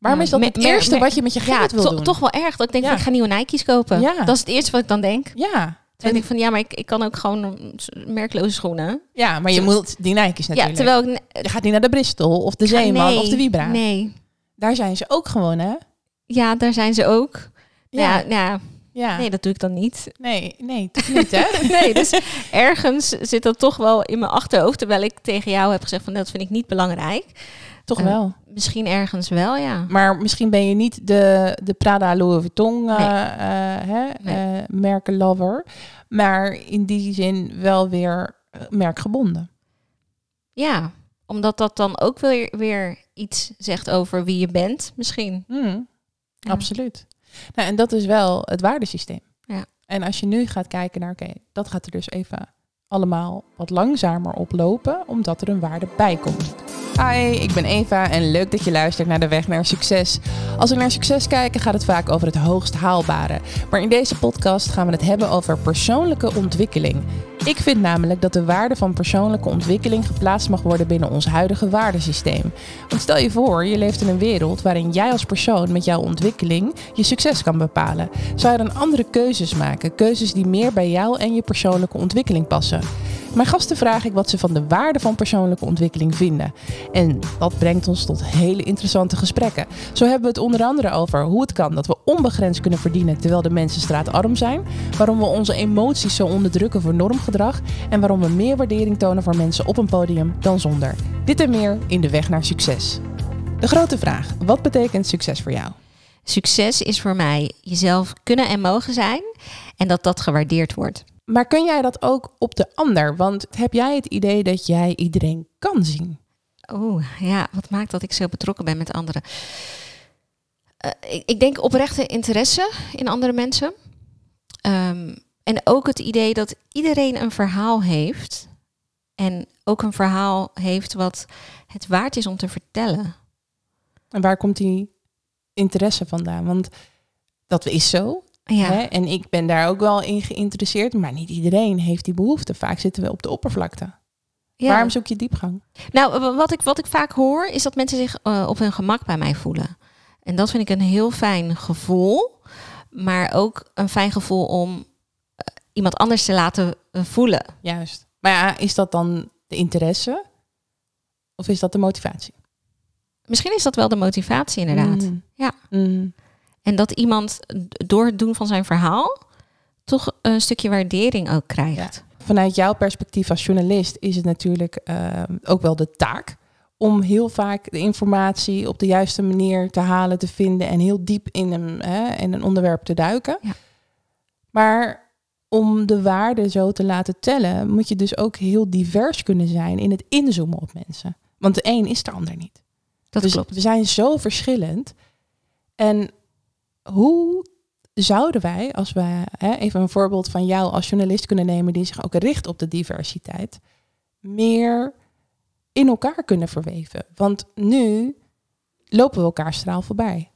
Waarom is dat Me- het me- eerste me- wat je met je geld ja, wil to- doen? toch wel erg dat ik denk, Ja. van, ik ga nieuwe Nike's kopen. Ja. Dat is het eerste wat ik dan denk. Ja. Dan denk ik van, ja, maar ik, ik kan ook gewoon mm, s- merkloze schoenen. Ja, maar je moet die Nike's natuurlijk. Ja, terwijl ik... Je gaat niet naar de Bristol of de Ja, Zeeman nee, of de Vibra. Nee. Daar zijn ze ook gewoon, hè? Ja, daar zijn ze ook. Ja, Ja. nou ja, Ja. nee, dat doe ik dan niet. Nee, nee, toch niet, hè? Nee, dus ergens zit dat toch wel in mijn achterhoofd. Terwijl ik tegen jou heb gezegd van, dat vind ik niet belangrijk. toch Eh, wel. Misschien ergens wel, ja. Maar misschien ben je niet de, de Prada Louis Vuitton eh eh, hè, Nee. eh, merkenlover. Maar in die zin wel weer eh, merkgebonden. Ja, omdat dat dan ook weer, weer iets zegt over wie je bent, misschien. Hmm, Ja. Absoluut. Nou, en dat is wel het waardesysteem. Ja. En als je nu gaat kijken naar, oké, dat gaat er dus even allemaal wat langzamer oplopen, omdat er een waarde bij komt. Hi, ik ben Eva en leuk dat je luistert naar de weg naar succes. Als we naar succes kijken, gaat het vaak over het hoogst haalbare. Maar in deze podcast gaan we het hebben over persoonlijke ontwikkeling. Ik vind namelijk dat de waarde van persoonlijke ontwikkeling geplaatst mag worden binnen ons huidige waardesysteem. Want stel je voor, je leeft in een wereld waarin jij als persoon met jouw ontwikkeling je succes kan bepalen. Zou je dan andere keuzes maken? Keuzes die meer bij jou en je persoonlijke ontwikkeling passen? Mijn gasten vraag ik wat ze van de waarde van persoonlijke ontwikkeling vinden. En dat brengt ons tot hele interessante gesprekken. Zo hebben we het onder andere over hoe het kan dat we onbegrensd kunnen verdienen terwijl de mensen straatarm zijn. Waarom we onze emoties zo onderdrukken voor normgedrag. En waarom we meer waardering tonen voor mensen op een podium dan zonder. Dit en meer in de weg naar succes. De grote vraag: wat betekent succes voor jou? Succes is voor mij jezelf kunnen en mogen zijn en dat dat gewaardeerd wordt. Maar kun jij dat ook op de ander? Want heb jij het idee dat jij iedereen kan zien? Oh ja, wat maakt dat ik zo betrokken ben met anderen? Eh, ik, ik denk oprechte interesse in andere mensen. Ehm, en ook het idee dat iedereen een verhaal heeft. En ook een verhaal heeft wat het waard is om te vertellen. En waar komt die interesse vandaan? Want dat is zo. Ja. Hè? En ik ben daar ook wel in geïnteresseerd, maar niet iedereen heeft die behoefte. Vaak zitten we op de oppervlakte. Ja. Waarom zoek je diepgang? Nou, w- wat ik, wat ik vaak hoor is dat mensen zich eh, op hun gemak bij mij voelen. En dat vind ik een heel fijn gevoel. Maar ook een fijn gevoel om eh, iemand anders te laten eh, voelen. Juist. Maar ja, is dat dan de interesse? Of is dat de motivatie? Misschien is dat wel de motivatie inderdaad. Mm. Ja. Mm. En dat iemand d- door het doen van zijn verhaal toch een stukje waardering ook krijgt. Vanuit jouw perspectief als journalist is het natuurlijk eh, ook wel de taak om heel vaak de informatie op de juiste manier te halen, te vinden en heel diep in een, hè, in een onderwerp te duiken. Ja. Maar om de waarde zo te laten tellen, moet je dus ook heel divers kunnen zijn in het inzoomen op mensen. Want de een is de ander niet. Dat dus klopt. we zijn zo verschillend. En hoe zouden wij, als we hè, even een voorbeeld van jou als journalist kunnen nemen, die zich ook richt op de diversiteit, meer in elkaar kunnen verweven? Want nu lopen we elkaar straal voorbij.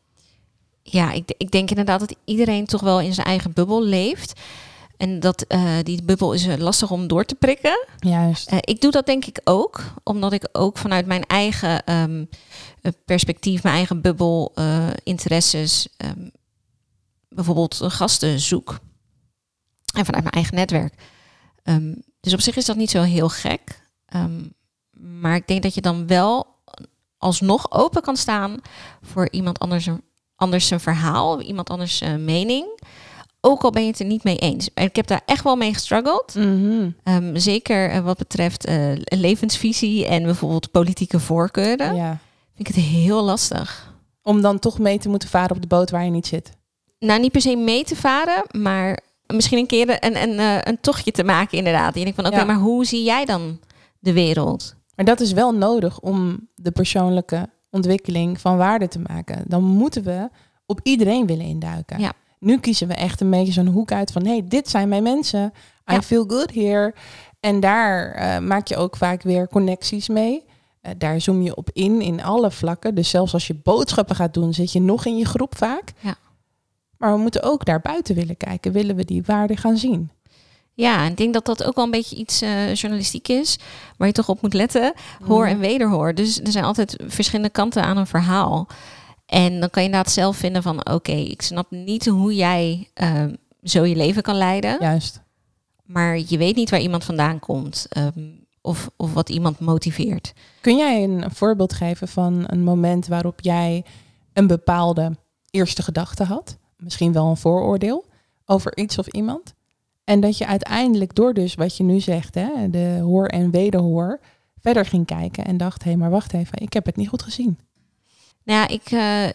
Ja, ik, d- ik denk inderdaad dat iedereen toch wel in zijn eigen bubbel leeft. En dat eh, die bubbel is eh, lastig om door te prikken. Juist. Eh, ik doe dat denk ik ook, omdat ik ook vanuit mijn eigen ehm, eh, perspectief, mijn eigen bubbel, eh, interesses, ehm, bijvoorbeeld eh, gasten zoek. En vanuit mijn eigen netwerk. Ehm, dus op zich is dat niet zo heel gek. Ehm, maar ik denk dat je dan wel alsnog open kan staan voor iemand anders, een- anders zijn verhaal, iemand anders zijn mening. Ook al ben je het er niet mee eens. En ik heb daar echt wel mee gestruggeld. Ehm, zeker eh, wat betreft eh, levensvisie en bijvoorbeeld politieke voorkeuren. Ja. Vind ik het heel lastig. Om dan toch mee te moeten varen op de boot waar je niet zit. Nou, niet per se mee te varen, maar misschien een keer een, een, eh, een tochtje te maken, inderdaad. En ik denk van, oké, Ja. maar hoe zie jij dan de wereld? Maar dat is wel nodig om de persoonlijke ontwikkeling van waarde te maken. Dan moeten we op iedereen willen induiken. Ja. Nu kiezen we echt een beetje zo'n hoek uit van... hé, hey, dit zijn mijn mensen. I Ja. feel good here. En daar eh, maak je ook vaak weer connecties mee. Eh, daar zoom je op in, in alle vlakken. Dus zelfs als je boodschappen gaat doen, zit je nog in je groep vaak. Ja. Maar we moeten ook daar buiten willen kijken. Willen we die waarde gaan zien? Ja, en ik denk dat dat ook wel een beetje iets eh, journalistiek is, waar Mm. je toch op moet letten. Hoor en wederhoor. Dus er zijn altijd verschillende kanten aan een verhaal. En dan kan je inderdaad zelf vinden van oké, ik snap niet hoe jij ehm, zo je leven kan leiden. Juist. Maar je weet niet waar iemand vandaan komt. ehm, of, of wat iemand motiveert. Kun jij een voorbeeld geven van een moment waarop jij een bepaalde eerste gedachte had, misschien wel een vooroordeel over iets of iemand, en dat je uiteindelijk door dus wat je nu zegt, hè, de hoor en wederhoor, verder ging kijken en dacht, hé, maar wacht even, ik heb het niet goed gezien. Nou ja, ik, eh,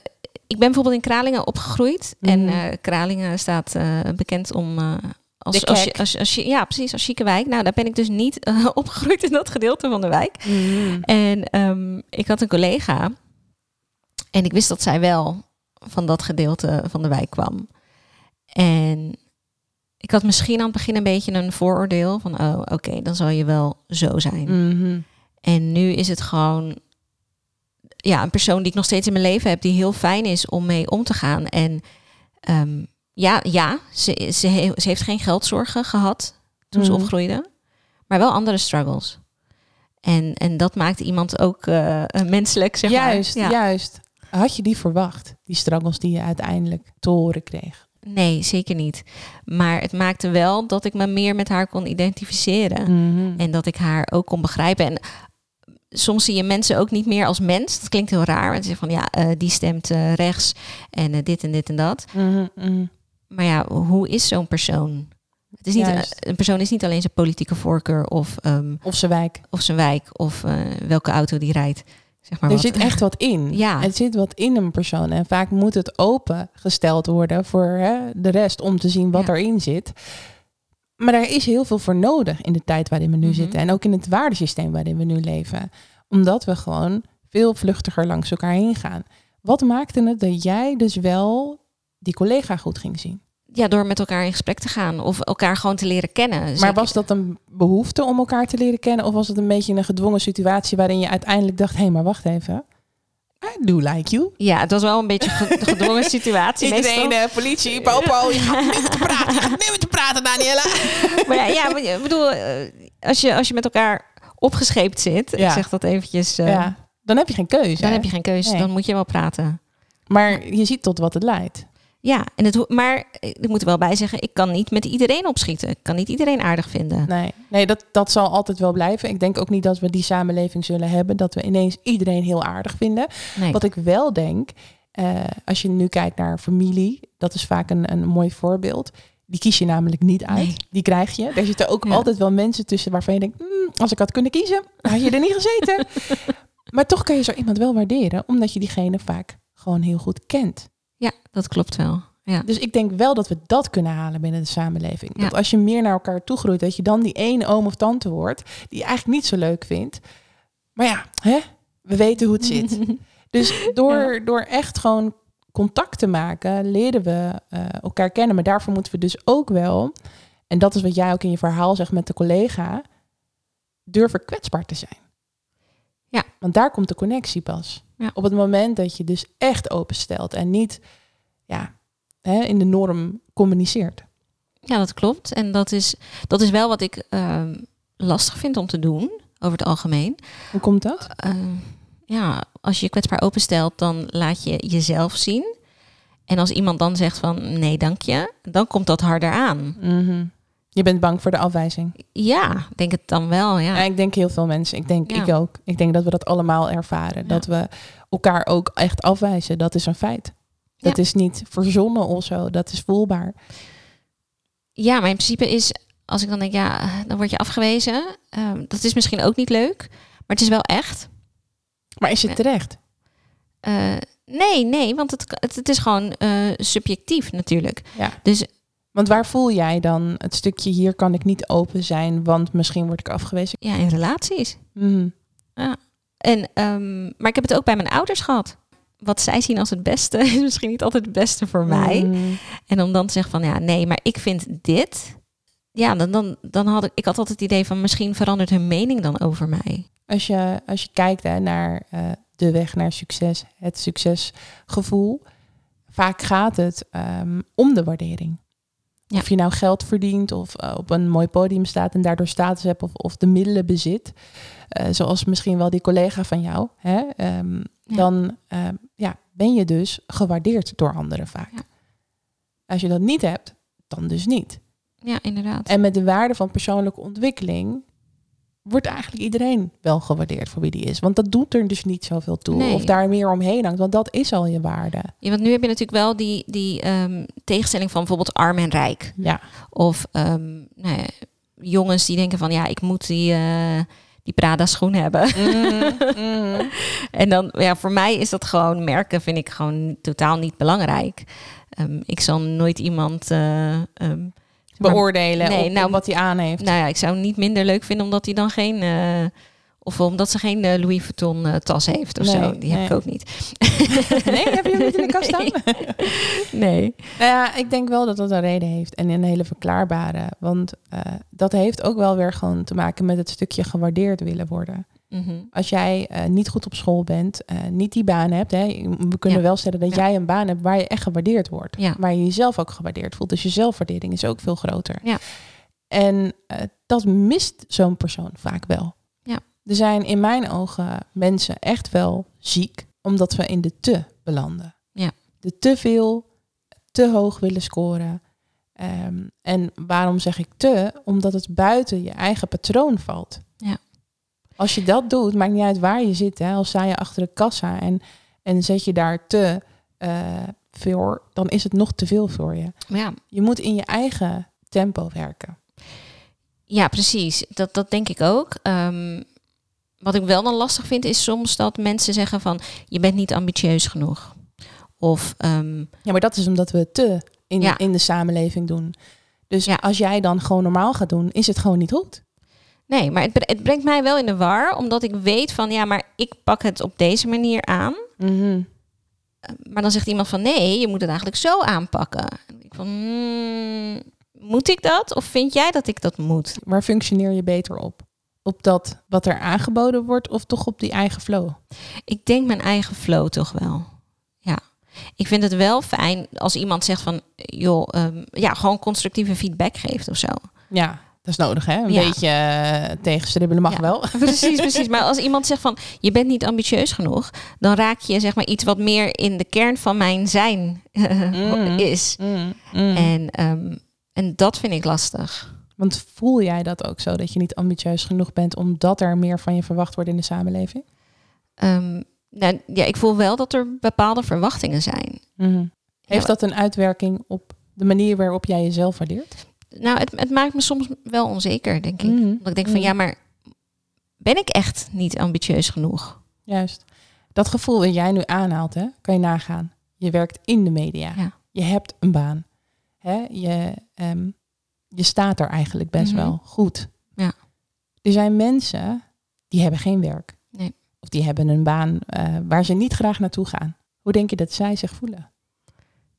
ik ben bijvoorbeeld in Kralingen opgegroeid. Mhm. En eh, Kralingen staat eh, bekend om... eh, De als, als, je, kek. als, je- als je, ja, precies, als chique wijk. Nou, daar ben ik dus niet eh, opgegroeid in dat gedeelte van de wijk. Mhm. En ehm, ik had een collega. En ik wist dat zij wel van dat gedeelte van de wijk kwam. En ik had misschien aan het begin een beetje een vooroordeel van, oh oké, dan zal je wel zo zijn. Mhm. En nu is het gewoon ja, een persoon die ik nog steeds in mijn leven heb, die heel fijn is om mee om te gaan. En ehm, ja, ja ze, ze, he- ze heeft geen geldzorgen gehad toen ze Mhm. opgroeide, maar wel andere struggles. En, en dat maakt iemand ook eh, menselijk, zeg Juist, maar. Ja. juist. Had je die verwacht, die struggles die je uiteindelijk te horen kreeg? Nee, zeker niet. Maar het maakte wel dat ik me meer met haar kon identificeren. Mhm. En dat ik haar ook kon begrijpen. En soms zie je mensen ook niet meer als mens. Dat klinkt heel raar. Want ze zeggen van ja, eh, die stemt eh, rechts en eh, dit en dit en dat. Mhm, mhm. Maar ja, hoe is zo'n persoon? Het is niet, eh, Juist. een persoon is niet alleen zijn politieke voorkeur of, ehm, Of ze wijk. of zijn wijk of eh, welke auto die rijdt. Zeg maar er wat. zit echt wat in. Ja. Er zit wat in een persoon. En vaak moet het opengesteld worden voor hè, de rest om te zien wat Ja. erin zit. Maar daar is heel veel voor nodig in de tijd waarin we nu Mhm. zitten. En ook in het waardesysteem waarin we nu leven. Omdat we gewoon veel vluchtiger langs elkaar heen gaan. Wat maakte het dat jij dus wel die collega goed ging zien? Ja, door met elkaar in gesprek te gaan of elkaar gewoon te leren kennen. Dus Maar ik- was dat een behoefte om elkaar te leren kennen? Of was het een beetje een gedwongen situatie waarin je uiteindelijk dacht... hé, maar wacht even. I do like you. Ja, het was wel een beetje ge- een gedwongen situatie. meestal. eh, politie, pauw, pauw. Je gaat niet te praten, je gaat niet te praten, Daniela. Maar ja, ja, maar ik bedoel, eh, als je, als je met elkaar opgescheept zit, Ja. ik zeg dat eventjes, eh, Ja, dan heb je geen keuze. Dus dan hè? heb je geen keuze, Nee. dan moet je wel praten. Maar je ziet tot wat het leidt. Ja, en het, ho- maar eh, ik moet er wel bij zeggen, ik kan niet met iedereen opschieten. Ik kan niet iedereen aardig vinden. Nee, nee dat, dat zal altijd wel blijven. Ik denk ook niet dat we die samenleving zullen hebben... dat we ineens iedereen heel aardig vinden. Nee. Wat ik wel denk, eh, als je nu kijkt naar familie... dat is vaak een, een mooi voorbeeld... Die kies je namelijk niet uit. Nee. Die krijg je. Daar zitten ook Ja. altijd wel mensen tussen waarvan je denkt... "Hmm, als ik had kunnen kiezen, had je er niet gezeten. maar toch kan je zo iemand wel waarderen... omdat je diegene vaak gewoon heel goed kent. Ja, dat klopt wel. Ja. Dus ik denk wel dat we dat kunnen halen binnen de samenleving. Ja. Dat als je meer naar elkaar toe groeit... dat je dan die ene oom of tante wordt... die je eigenlijk niet zo leuk vindt. Maar ja, hè? we weten hoe het zit. Dus door, door echt gewoon contact te maken, leren we eh, elkaar kennen. Maar daarvoor moeten we dus ook wel, en dat is wat jij ook in je verhaal zegt met de collega, durven kwetsbaar te zijn. Ja. Want daar komt de connectie pas. Ja. Op het moment dat je dus echt openstelt en niet ja, hè, in de norm communiceert. ja, dat klopt. En dat is, dat is wel wat ik ehm, lastig vind om te doen, over het algemeen. Hoe komt dat? eh, ja, als je je kwetsbaar openstelt, dan laat je jezelf zien. En als iemand dan zegt van nee, dank je, dan komt dat harder aan. Mhm. Je bent bang voor de afwijzing. Ja, ik denk het dan wel. Ja, Ja, ik denk heel veel mensen. Ik denk Ja. ik ook. Ik denk dat we dat allemaal ervaren. Ja. Dat we elkaar ook echt afwijzen. Dat is een feit. Dat is niet verzonnen of zo. Dat is voelbaar. ja maar in principe is, als ik dan denk, ja, dan word je afgewezen. Ehm, dat is misschien ook niet leuk, maar het is wel echt. Maar is het Ja. terecht? Eh, nee, nee, want het, het, het is gewoon eh, subjectief natuurlijk. Ja. Dus Want waar voel jij dan het stukje hier kan ik niet open zijn, want misschien word ik afgewezen? ja, in relaties. Mhm. En, ehm, maar ik heb het ook bij mijn ouders gehad. Wat zij zien als het beste is misschien niet altijd het beste voor mij. Mhm. En om dan te zeggen van ja, nee, maar ik vind dit. Ja, dan, dan, dan had ik, ik had altijd het idee van misschien verandert hun mening dan over mij. Als je, als je kijkt hè, naar eh, de weg naar succes, het succesgevoel, vaak gaat het ehm, om de waardering. Ja. Of je nou geld verdient of eh, op een mooi podium staat en daardoor status hebt of, of de middelen bezit. eh, zoals misschien wel die collega van jou. Hè, ehm, Ja. Dan ehm, ja, ben je dus gewaardeerd door anderen vaak. Ja. Als je dat niet hebt, dan dus niet. Ja, inderdaad. En met de waarde van persoonlijke ontwikkeling wordt eigenlijk iedereen wel gewaardeerd voor wie die is. Want dat doet er dus niet zoveel toe. Nee. Of daar meer omheen hangt, want dat is al je waarde. Ja, want nu heb je natuurlijk wel die, die ehm, tegenstelling van bijvoorbeeld arm en rijk. Ja, Of ehm, nou ja, jongens die denken van ja, ik moet die, eh, die Prada schoen hebben. Mm. En dan, ja, voor mij is dat gewoon merken vind ik gewoon totaal niet belangrijk. Ehm, ik zal nooit iemand. eh, ehm, zeg maar- beoordelen Nee, op, nou, op wat hij aan heeft. nou ja, ik zou hem niet minder leuk vinden omdat hij dan geen. eh, of omdat ze geen eh, Louis Vuitton eh, tas heeft of Nee, zo. Die heb ik nee. ook niet. Nee, heb je hem niet in de kast staan? Nee. Nee. Nou ja, ik denk wel dat dat een reden heeft. En een hele verklaarbare. Want eh, dat heeft ook wel weer gewoon te maken met het stukje gewaardeerd willen worden. Mhm. Als jij eh, niet goed op school bent, eh, niet die baan hebt. Hè, we kunnen Ja. wel stellen dat Ja. jij een baan hebt waar je echt gewaardeerd wordt. Ja. Waar je jezelf ook gewaardeerd voelt. Dus je zelfwaardering is ook veel groter. Ja. En eh, dat mist zo'n persoon vaak wel. Ja. Er zijn in mijn ogen mensen echt wel ziek, omdat we in de te belanden. Ja. De te veel, te hoog willen scoren. Ehm, en waarom zeg ik te? Omdat het buiten je eigen patroon valt. Ja. Als je dat doet, maakt niet uit waar je zit. Hè. Als sta je achter de kassa en, en zet je daar te eh, voor, dan is het nog te veel voor je. Maar ja, Je moet in je eigen tempo werken. Ja, precies. Dat, dat denk ik ook. Ehm, wat ik wel dan lastig vind is soms dat mensen zeggen van je bent niet ambitieus genoeg. Of ehm, Ja, maar dat is omdat we te in, Ja. in de samenleving doen. Dus Ja. als jij dan gewoon normaal gaat doen, is het gewoon niet goed. nee, maar het, bre- het brengt mij wel in de war, omdat ik weet van ja, maar ik pak het op deze manier aan. Eh, Maar dan zegt iemand van nee, je moet het eigenlijk zo aanpakken. En ik van hmm, moet ik dat? Of vind jij dat ik dat moet? Waar functioneer je beter op? Op dat wat er aangeboden wordt of toch op die eigen flow? Ik denk mijn eigen flow toch wel. Ja. Ik vind het wel fijn als iemand zegt van, joh, ehm, ja, gewoon constructieve feedback geeft of zo. Ja, dat is nodig hè? Een Ja. beetje eh, tegenstribbelen mag Ja. wel. Precies, precies. Maar als iemand zegt van, je bent niet ambitieus genoeg, dan raak je zeg maar iets wat meer in de kern van mijn zijn eh, Mm. is. En, ehm, en dat vind ik lastig. Want voel jij dat ook zo, dat je niet ambitieus genoeg bent omdat er meer van je verwacht wordt in de samenleving? Ehm, nou, ja, ik voel wel dat er bepaalde verwachtingen zijn. Heeft dat een uitwerking op de manier waarop jij jezelf waardeert? Nou, het, het maakt me soms wel onzeker, denk ik. Mhm. Omdat ik denk van, Mhm. ja, maar ben ik echt niet ambitieus genoeg? Juist. Dat gevoel dat jij nu aanhaalt, hè, kan je nagaan. Je werkt in de media. Ja. Je hebt een baan. Hè? Je, ehm, je staat er eigenlijk best Mhm. wel goed. Ja. Er zijn mensen die hebben geen werk. Nee. Of die hebben een baan eh, waar ze niet graag naartoe gaan. Hoe denk je dat zij zich voelen?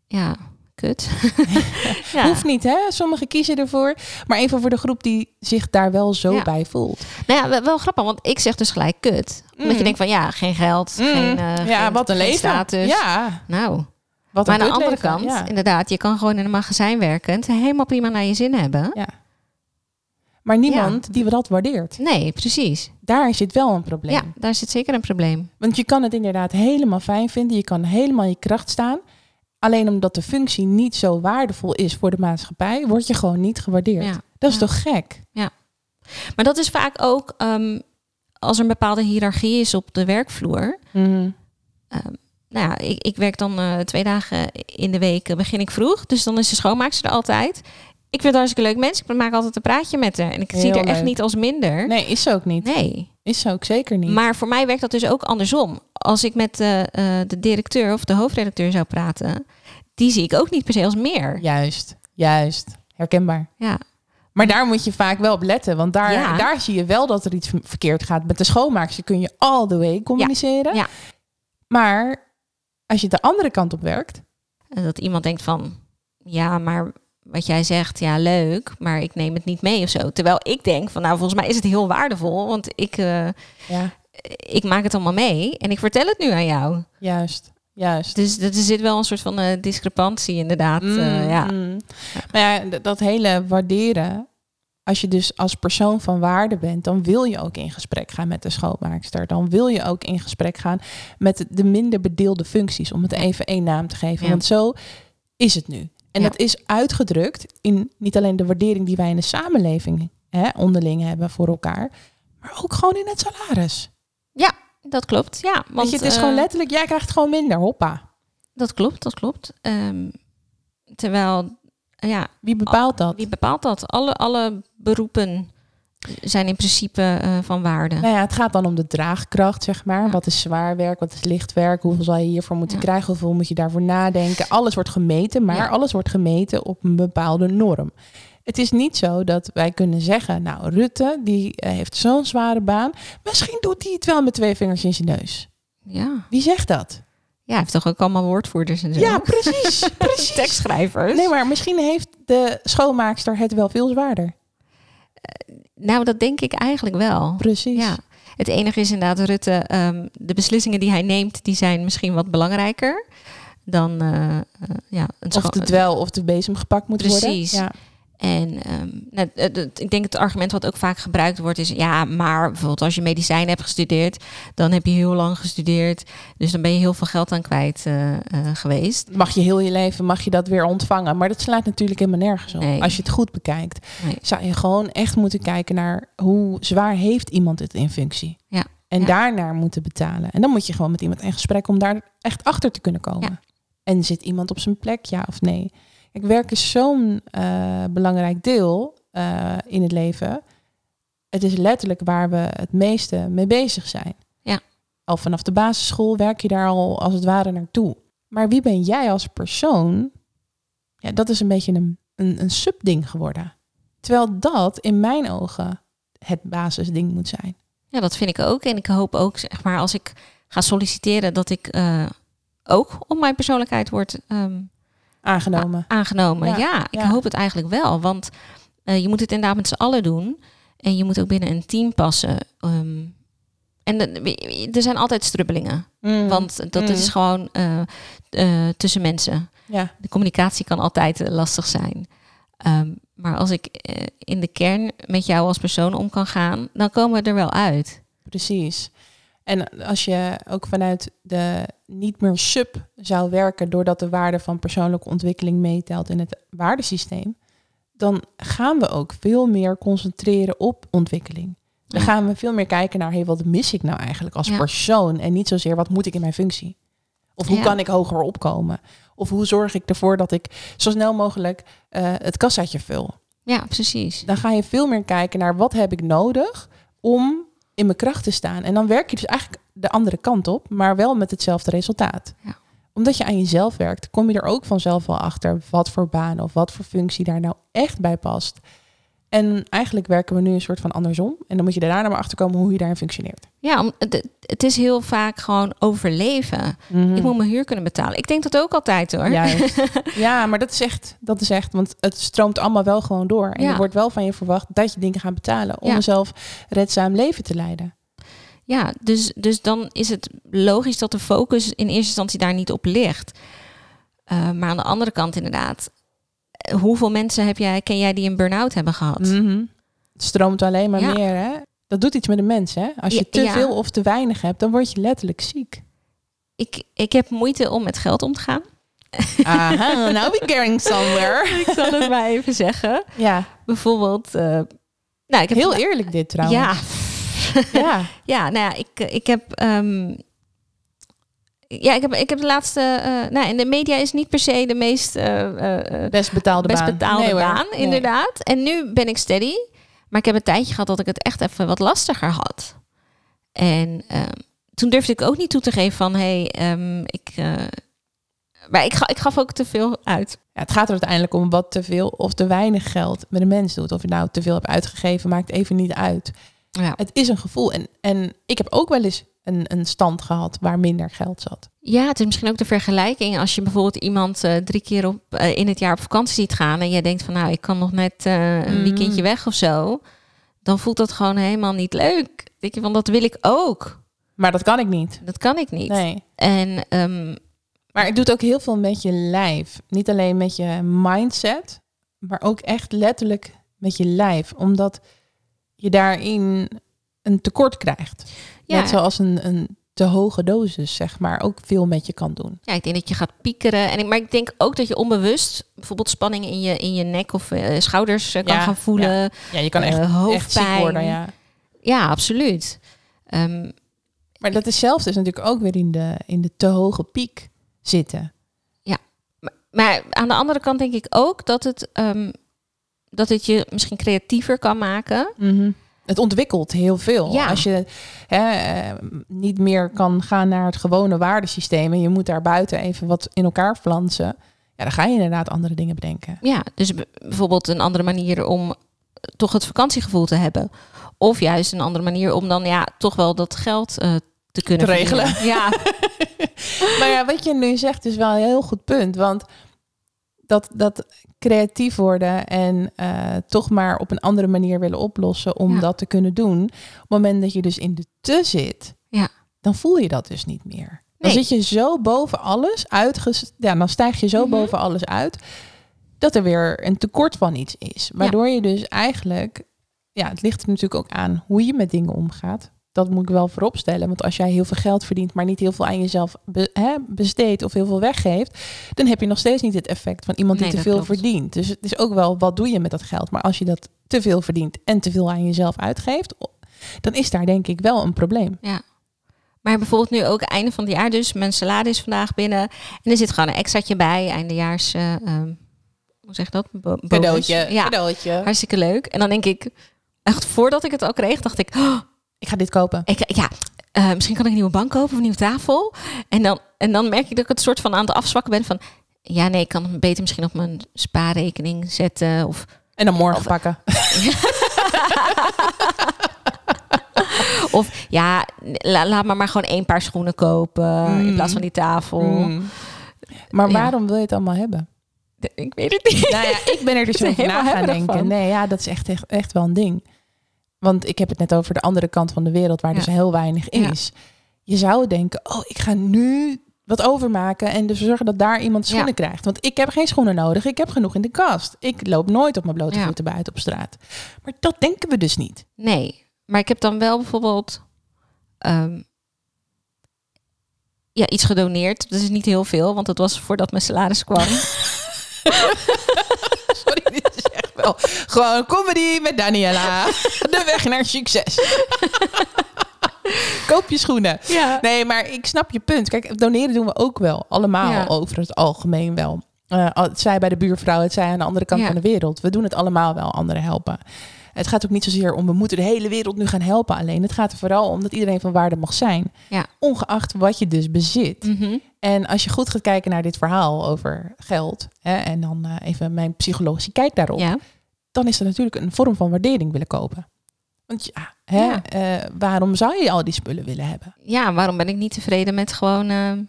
Ja, kut. ja. Hoeft niet, hè? Sommigen kiezen ervoor. Maar even voor de groep die zich daar wel zo Ja. bij voelt. Nou ja, wel, wel grappig, want ik zeg dus gelijk kut. Omdat Mm. je denkt van, ja, geen geld, geen, eh, geen- geen status. Ja, Nou, wat maar een aan de andere kutleven. kant, Ja. inderdaad, je kan gewoon in een magazijn werken en het helemaal prima naar je zin hebben. Ja. Maar niemand die dat waardeert. Nee, precies. Daar zit wel een probleem. Ja, daar zit zeker een probleem. Want je kan het inderdaad helemaal fijn vinden. Je kan helemaal in je kracht staan. Alleen omdat de functie niet zo waardevol is voor de maatschappij, word je gewoon niet gewaardeerd. Ja. Dat is Ja. toch gek? Maar dat is vaak ook ehm, als er een bepaalde hiërarchie is op de werkvloer. Mm. Ehm, nou ja, ik, ik werk dan eh, twee dagen in de week, eh, begin ik vroeg. Dus dan is de schoonmaakster er altijd. Ik vind het hartstikke leuk mensen. Ik maak altijd een praatje met haar. En ik zie Heel haar echt leuk. niet als minder. Nee, is ze ook niet. nee. Is ze ook zeker niet. Maar voor mij werkt dat dus ook andersom. Als ik met eh, eh, de directeur of de hoofdredacteur zou praten, die zie ik ook niet per se als meer. Juist, juist. Herkenbaar. Ja, Maar daar moet je vaak wel op letten. Want daar, Ja. daar zie je wel dat er iets verkeerd gaat. Met de schoonmaakster kun je all the way communiceren. Ja. Maar als je de andere kant op werkt... En dat iemand denkt van, ja, maar wat jij zegt, ja, leuk, maar ik neem het niet mee of zo. Terwijl ik denk van, nou, volgens mij is het heel waardevol, want ik, eh, Ja, ik maak het allemaal mee en ik vertel het nu aan jou. juist, juist. Dus dat- er zit wel een soort van eh, discrepantie inderdaad. eh, ja. Mm, mm. Maar ja, d- dat hele waarderen... Als je dus als persoon van waarde bent, dan wil je ook in gesprek gaan met de schoonmaakster. Dan wil je ook in gesprek gaan met de minder bedeelde functies, om het even één naam te geven. Ja. Want zo is het nu. En Ja. dat is uitgedrukt in niet alleen de waardering die wij in de samenleving hè, onderling hebben voor elkaar, maar ook gewoon in het salaris. Mm. Dat klopt, ja. Want, Want, je, het is eh, gewoon letterlijk, jij krijgt gewoon minder, hoppa. Dat klopt, dat klopt. Ehm, terwijl, ja, Wie bepaalt dat? oh, wie bepaalt dat? Alle, alle beroepen zijn in principe eh, van waarde. Nou ja, het gaat dan om de draagkracht, zeg maar. Ja. Wat is zwaar werk, wat is licht werk? Hoeveel zal je hiervoor moeten Ja. krijgen? Hoeveel moet je daarvoor nadenken? Alles wordt gemeten, maar Ja. alles wordt gemeten op een bepaalde norm. Het is niet zo dat wij kunnen zeggen, nou, Rutte, die eh, heeft zo'n zware baan. Misschien doet hij het wel met twee vingers in zijn neus. Ja. Wie zegt dat? ja, hij heeft toch ook allemaal woordvoerders en zo. Ja, precies. precies. tekstschrijvers. Nee, maar misschien heeft de schoonmaakster het wel veel zwaarder. Nou, dat denk ik eigenlijk wel. Precies. Ja. Het enige is inderdaad, Rutte, ehm, de beslissingen die hij neemt, die zijn misschien wat belangrijker dan eh, eh, ja, een Of scho- de dwel of de bezem gepakt moet worden. Precies. En ehm, nou, het- het- ik denk het argument wat ook vaak gebruikt wordt is, ja, maar bijvoorbeeld als je medicijnen hebt gestudeerd, dan heb je heel lang gestudeerd, dus dan ben je heel veel geld aan kwijt eh, eh, geweest. mag je heel je leven, mag je dat weer ontvangen. Maar dat slaat natuurlijk helemaal nergens op. Nee. Als je het goed bekijkt, Nee. zou je gewoon echt moeten kijken naar hoe zwaar heeft iemand het in functie. Ja. En Ja. daarnaar moeten betalen. En dan moet je gewoon met iemand in gesprek om daar echt achter te kunnen komen. Ja. En zit iemand op zijn plek, ja of nee? Kijk, werk is zo'n eh, belangrijk deel eh, in het leven. Het is letterlijk waar we het meeste mee bezig zijn. Ja. Al vanaf de basisschool werk je daar al als het ware naartoe. Maar wie ben jij als persoon? Ja, dat is een beetje een, een, een subding geworden. Terwijl dat in mijn ogen het basisding moet zijn. Ja, dat vind ik ook. En ik hoop ook, zeg maar, als ik ga solliciteren, dat ik eh, ook om mijn persoonlijkheid word ehm, Aangenomen. aangenomen. Ja, Ja, ik ja. hoop het eigenlijk wel. Want eh, je moet het inderdaad met z'n allen doen. En je moet ook binnen een team passen. Ehm, en de- er zijn altijd strubbelingen. Mm. Want dat Mm. is gewoon eh, eh, tussen mensen. ja. De communicatie kan altijd eh, lastig zijn. Ehm, maar als ik eh, in de kern met jou als persoon om kan gaan, dan komen we er wel uit. Precies. En als je ook vanuit de niet meer sub zou werken, doordat de waarde van persoonlijke ontwikkeling meetelt in het waardesysteem, dan gaan we ook veel meer concentreren op ontwikkeling. Dan Ja. gaan we veel meer kijken naar, hey, wat mis ik nou eigenlijk als Ja. persoon? En niet zozeer, wat moet ik in mijn functie? Of hoe Ja. kan ik hoger opkomen? Of hoe zorg ik ervoor dat ik zo snel mogelijk eh, het kassaatje vul? Ja, precies. dan ga je veel meer kijken naar wat heb ik nodig om in mijn kracht te staan. En dan werk je dus eigenlijk de andere kant op, maar wel met hetzelfde resultaat. Ja. Omdat je aan jezelf werkt, kom je er ook vanzelf wel achter wat voor baan of wat voor functie daar nou echt bij past. En eigenlijk werken we nu een soort van andersom. En dan moet je daarna maar achterkomen hoe je daarin functioneert. Ja, om- het, het is heel vaak gewoon overleven. Ik moet mijn huur kunnen betalen. Ik denk dat ook altijd hoor. Mm. Juist. ja, maar dat is, echt, dat is echt, want het stroomt allemaal wel gewoon door. En Ja. er wordt wel van je verwacht dat je dingen gaat betalen om Ja. een zelf redzaam leven te leiden. Ja, dus, dus dan is het logisch dat de focus in eerste instantie daar niet op ligt. Eh, maar aan de andere kant inderdaad, eh, hoeveel mensen heb jij, ken jij die een burn-out hebben gehad? Mhm. Het stroomt alleen maar Ja. meer, hè? Dat doet iets met de mens, hè? Als je Ja, te ja. veel of te weinig hebt, dan word je letterlijk ziek. Ik, ik heb moeite om met geld om te gaan. Aha, now we going somewhere. Ik zal het maar even zeggen. Ja, Bijvoorbeeld, eh, nou, ik heb heel eerlijk dit trouwens. Ja, ja. Ja, nou ja, ik, ik heb. ehm, ja, ik heb, ik heb de laatste. eh nou, en de media is niet per se de meest eh, eh, Best betaalde best baan. betaalde Nee hoor. baan, Nee. inderdaad. En nu ben ik steady. Maar ik heb een tijdje gehad dat ik het echt even wat lastiger had. En ehm, toen durfde ik ook niet toe te geven van hé, hey, ehm, ik. eh, maar ik, ga, ik gaf ook te veel uit. Ja, het gaat er uiteindelijk om wat te veel of te weinig geld met een mens doet. Of je nou te veel hebt uitgegeven, maakt even niet uit. Ja. Het is een gevoel. En, en ik heb ook wel eens een, een stand gehad waar minder geld zat. Ja, het is misschien ook de vergelijking als je bijvoorbeeld iemand eh, drie keer op, eh, in het jaar op vakantie ziet gaan en jij denkt van nou, ik kan nog net eh, Mhm. een weekendje weg of zo, dan voelt dat gewoon helemaal niet leuk. Denk je van dat wil ik ook. Maar dat kan ik niet. Dat kan ik niet. Nee. En ehm, Maar het doet ook heel veel met je lijf. Niet alleen met je mindset, maar ook echt letterlijk met je lijf, omdat je daarin een tekort krijgt. Ja. Net zoals een, een te hoge dosis, zeg maar, ook veel met je kan doen. Ja, ik denk dat je gaat piekeren. En ik, maar ik denk ook dat je onbewust bijvoorbeeld spanning in je, in je nek of eh, schouders eh, kan Ja, gaan voelen. Ja, Ja, je kan echt, Eh, echt ziek hoofdpijn. worden, ja. absoluut. Ehm, Maar dat is zelfs dus natuurlijk ook weer in de, in de te hoge piek zitten. maar aan de andere kant denk ik ook dat het, ehm, dat het je misschien creatiever kan maken. Mm-hmm. Het ontwikkelt heel veel. Ja. Als je hè, eh, niet meer kan gaan naar het gewone waardesysteem en je moet daar buiten even wat in elkaar flansen, ja, dan ga je inderdaad andere dingen bedenken. Ja, dus b- bijvoorbeeld een andere manier om eh, toch het vakantiegevoel te hebben. Of juist een andere manier om dan ja, toch wel dat geld eh, te kunnen Te regelen. verdienen. Ja, Maar ja, wat je nu zegt is wel een heel goed punt. Want dat, dat creatief worden en eh, toch maar op een andere manier willen oplossen om Ja. dat te kunnen doen. Op het moment dat je dus in de te zit, Ja. dan voel je dat dus niet meer. Dan Nee. zit je zo boven alles uitges Ja, dan stijg je zo Mhm. boven alles uit. Dat er weer een tekort van iets is. Waardoor je dus eigenlijk. Ja, het ligt er natuurlijk ook aan hoe je met dingen omgaat dat moet ik wel vooropstellen. Want als jij heel veel geld verdient, maar niet heel veel aan jezelf be- hè, besteedt of heel veel weggeeft, dan heb je nog steeds niet het effect van iemand die Nee, te dat veel klopt. verdient. Dus het is ook wel wat doe je met dat geld. Maar als je dat te veel verdient en te veel aan jezelf uitgeeft, o- dan is daar denk ik wel een probleem. Maar bijvoorbeeld nu ook einde van het jaar dus. Mijn salaris is vandaag binnen. En er zit gewoon een extraatje bij. Eindejaars, eh, ehm, hoe zeg je dat? Bo- bonus. Ja, cadeautje. hartstikke leuk. En dan denk ik, echt voordat ik het al kreeg, dacht ik... oh, Ik ga dit kopen. ik ja, eh, misschien kan ik een nieuwe bank kopen of een nieuwe tafel. En dan, en dan merk ik dat ik het soort van aan het afzwakken ben van... Ja, nee, ik kan hem beter misschien op mijn spaarrekening zetten. Of, En dan morgen pakken. of ja, la- laat maar maar gewoon één paar schoenen kopen in Mm. plaats van die tafel. Mm. Maar Ja. waarom wil je het allemaal hebben? Ik weet het niet. Nou ja, ik ben er dus Ik ben over na helemaal gaan hebberig denken. van. Nee, ja, dat is echt, echt, echt wel een ding. Want ik heb het net over de andere kant van de wereld, waar Ja. dus heel weinig Ja. is. Je zou denken, oh, ik ga nu wat overmaken en dus zorgen dat daar iemand schoenen Ja. krijgt. Want ik heb geen schoenen nodig, ik heb genoeg in de kast. Ik loop nooit op mijn blote Ja. voeten buiten op straat. Maar dat denken we dus niet. Nee, maar ik heb dan wel bijvoorbeeld ehm, ja, iets gedoneerd. Dat is niet heel veel, want dat was voordat mijn salaris kwam. Sorry, dit is echt wel gewoon comedy met Daniela. De weg naar succes. Koop je schoenen. ja. Nee, maar ik snap je punt. Kijk, doneren doen we ook wel. Allemaal Ja. over het algemeen wel. Eh, al- het zij bij de buurvrouw, het zij aan de andere kant Ja. van de wereld. We doen het allemaal wel, anderen helpen. Het gaat ook niet zozeer om we moeten de hele wereld nu gaan helpen alleen. Het gaat er vooral om dat iedereen van waarde mag zijn. Ja. Ongeacht wat je dus bezit. Mhm. En als je goed gaat kijken naar dit verhaal over geld... Hè, en dan eh, even mijn psychologische kijk daarop ja. dan is er natuurlijk een vorm van waardering willen kopen. Want ja, hè, Ja. eh, waarom zou je al die spullen willen hebben? ja, waarom ben ik niet tevreden met gewoon... ehm,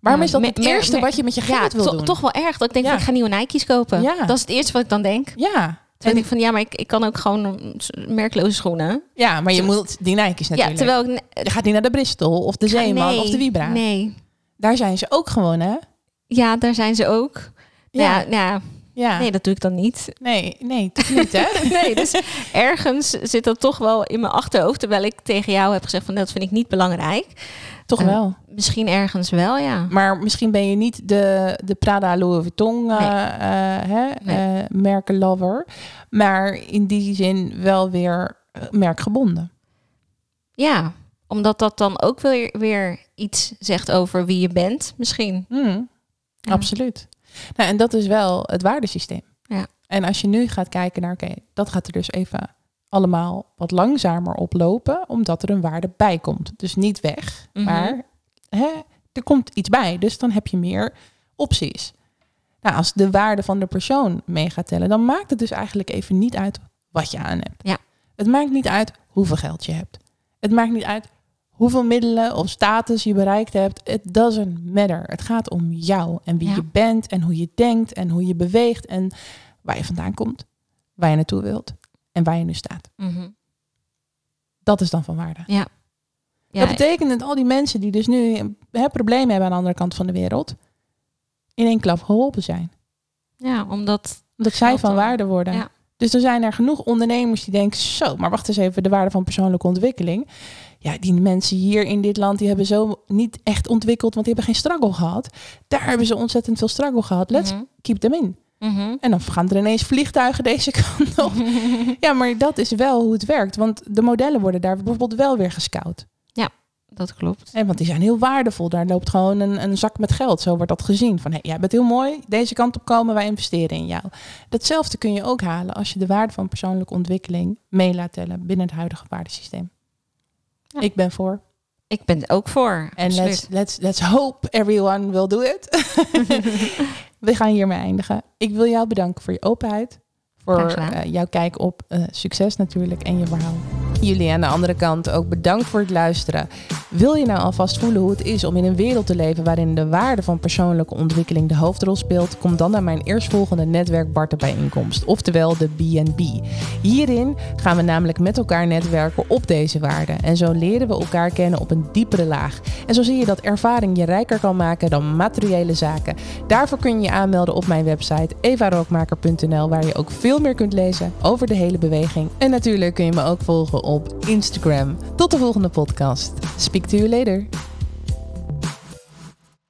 Waarom Ja, is dat me- het me- eerste me- wat je met je ja, geld wil to- doen? toch wel erg dat ik denk, Ja. van, ik ga nieuwe Nike's kopen. Ja. Dat is het eerste wat ik dan denk. Ja. Dan denk En- ik van, ja, maar ik, ik kan ook gewoon mm, s- merkloze schoenen. ja, maar je Te- moet die Nike's natuurlijk. Ja, terwijl ik... Je gaat niet naar de Bristol of de Zeeman nee, of de Vibra. Nee. Daar zijn ze ook gewoon, hè? Ja, daar zijn ze ook. Ja, Ja. nou ja, Ja. nee, Nee, dat doe ik dan niet. nee, toch niet, hè? Nee, dus ergens zit dat toch wel in mijn achterhoofd. Terwijl ik tegen jou heb gezegd van dat vind ik niet belangrijk. toch Eh, wel. Misschien ergens wel, ja. Maar misschien ben je niet de, de Prada Louis Vuitton eh, Nee. eh, hè, Nee. eh, merkenlover. Maar in die zin wel weer eh, merkgebonden. Ja, omdat dat dan ook weer, weer iets zegt over wie je bent, misschien. Hmm. Ja. Absoluut. Nou, en dat is wel het waardesysteem. Ja. En als je nu gaat kijken naar, oké, dat gaat er dus even allemaal wat langzamer oplopen, omdat er een waarde bij komt. Dus niet weg, Mhm. maar hè, er komt iets bij. Dus dan heb je meer opties. Nou, als de waarde van de persoon mee gaat tellen, dan maakt het dus eigenlijk even niet uit wat je aan hebt. Ja. Het maakt niet uit hoeveel geld je hebt. Het maakt niet uit hoeveel middelen of status je bereikt hebt. It doesn't matter. Het gaat om jou en wie Ja. je bent en hoe je denkt en hoe je beweegt en waar je vandaan komt, waar je naartoe wilt en waar je nu staat. Mhm. Dat is dan van waarde. Ja, dat betekent dat al die mensen die dus nu hè, problemen hebben aan de andere kant van de wereld, in één klap geholpen zijn. ja, omdat Omdat zij Geld van dan. waarde worden. Ja. Dus er zijn er genoeg ondernemers die denken, zo, maar wacht eens even, de waarde van persoonlijke ontwikkeling. Ja, die mensen hier in dit land, die hebben zo niet echt ontwikkeld, want die hebben geen struggle gehad. Daar hebben ze ontzettend veel struggle gehad. Let's Mhm. keep them in. Mhm. En dan gaan er ineens vliegtuigen deze kant op. ja, maar dat is wel hoe het werkt. Want de modellen worden daar bijvoorbeeld wel weer gescout. Dat klopt. En want die zijn heel waardevol. Daar loopt gewoon een, een zak met geld. Zo wordt dat gezien. Van hé, jij bent heel mooi. Deze kant op komen, wij investeren in jou. Datzelfde kun je ook halen als je de waarde van persoonlijke ontwikkeling mee laat tellen binnen het huidige waardesysteem. Ja. Ik ben voor. Ik ben er ook voor. En let's, absoluut. let's, let's hope everyone will do it. We gaan hiermee eindigen. Ik wil jou bedanken voor je openheid. Voor Graag gedaan. eh, jouw kijk op eh, succes natuurlijk en je verhaal. Jullie aan de andere kant ook bedankt voor het luisteren. Wil je nou alvast voelen hoe het is om in een wereld te leven waarin de waarde van persoonlijke ontwikkeling de hoofdrol speelt? Kom dan naar mijn eerstvolgende netwerk Bartenbijeenkomst, oftewel de B&B. Hierin gaan we namelijk met elkaar netwerken op deze waarden. En zo leren we elkaar kennen op een diepere laag. En zo zie je dat ervaring je rijker kan maken dan materiële zaken. Daarvoor kun je je aanmelden op mijn website evarookmaker.nl, waar je ook veel meer kunt lezen over de hele beweging. En natuurlijk kun je me ook volgen op Instagram. Tot de volgende podcast. Speak to you later.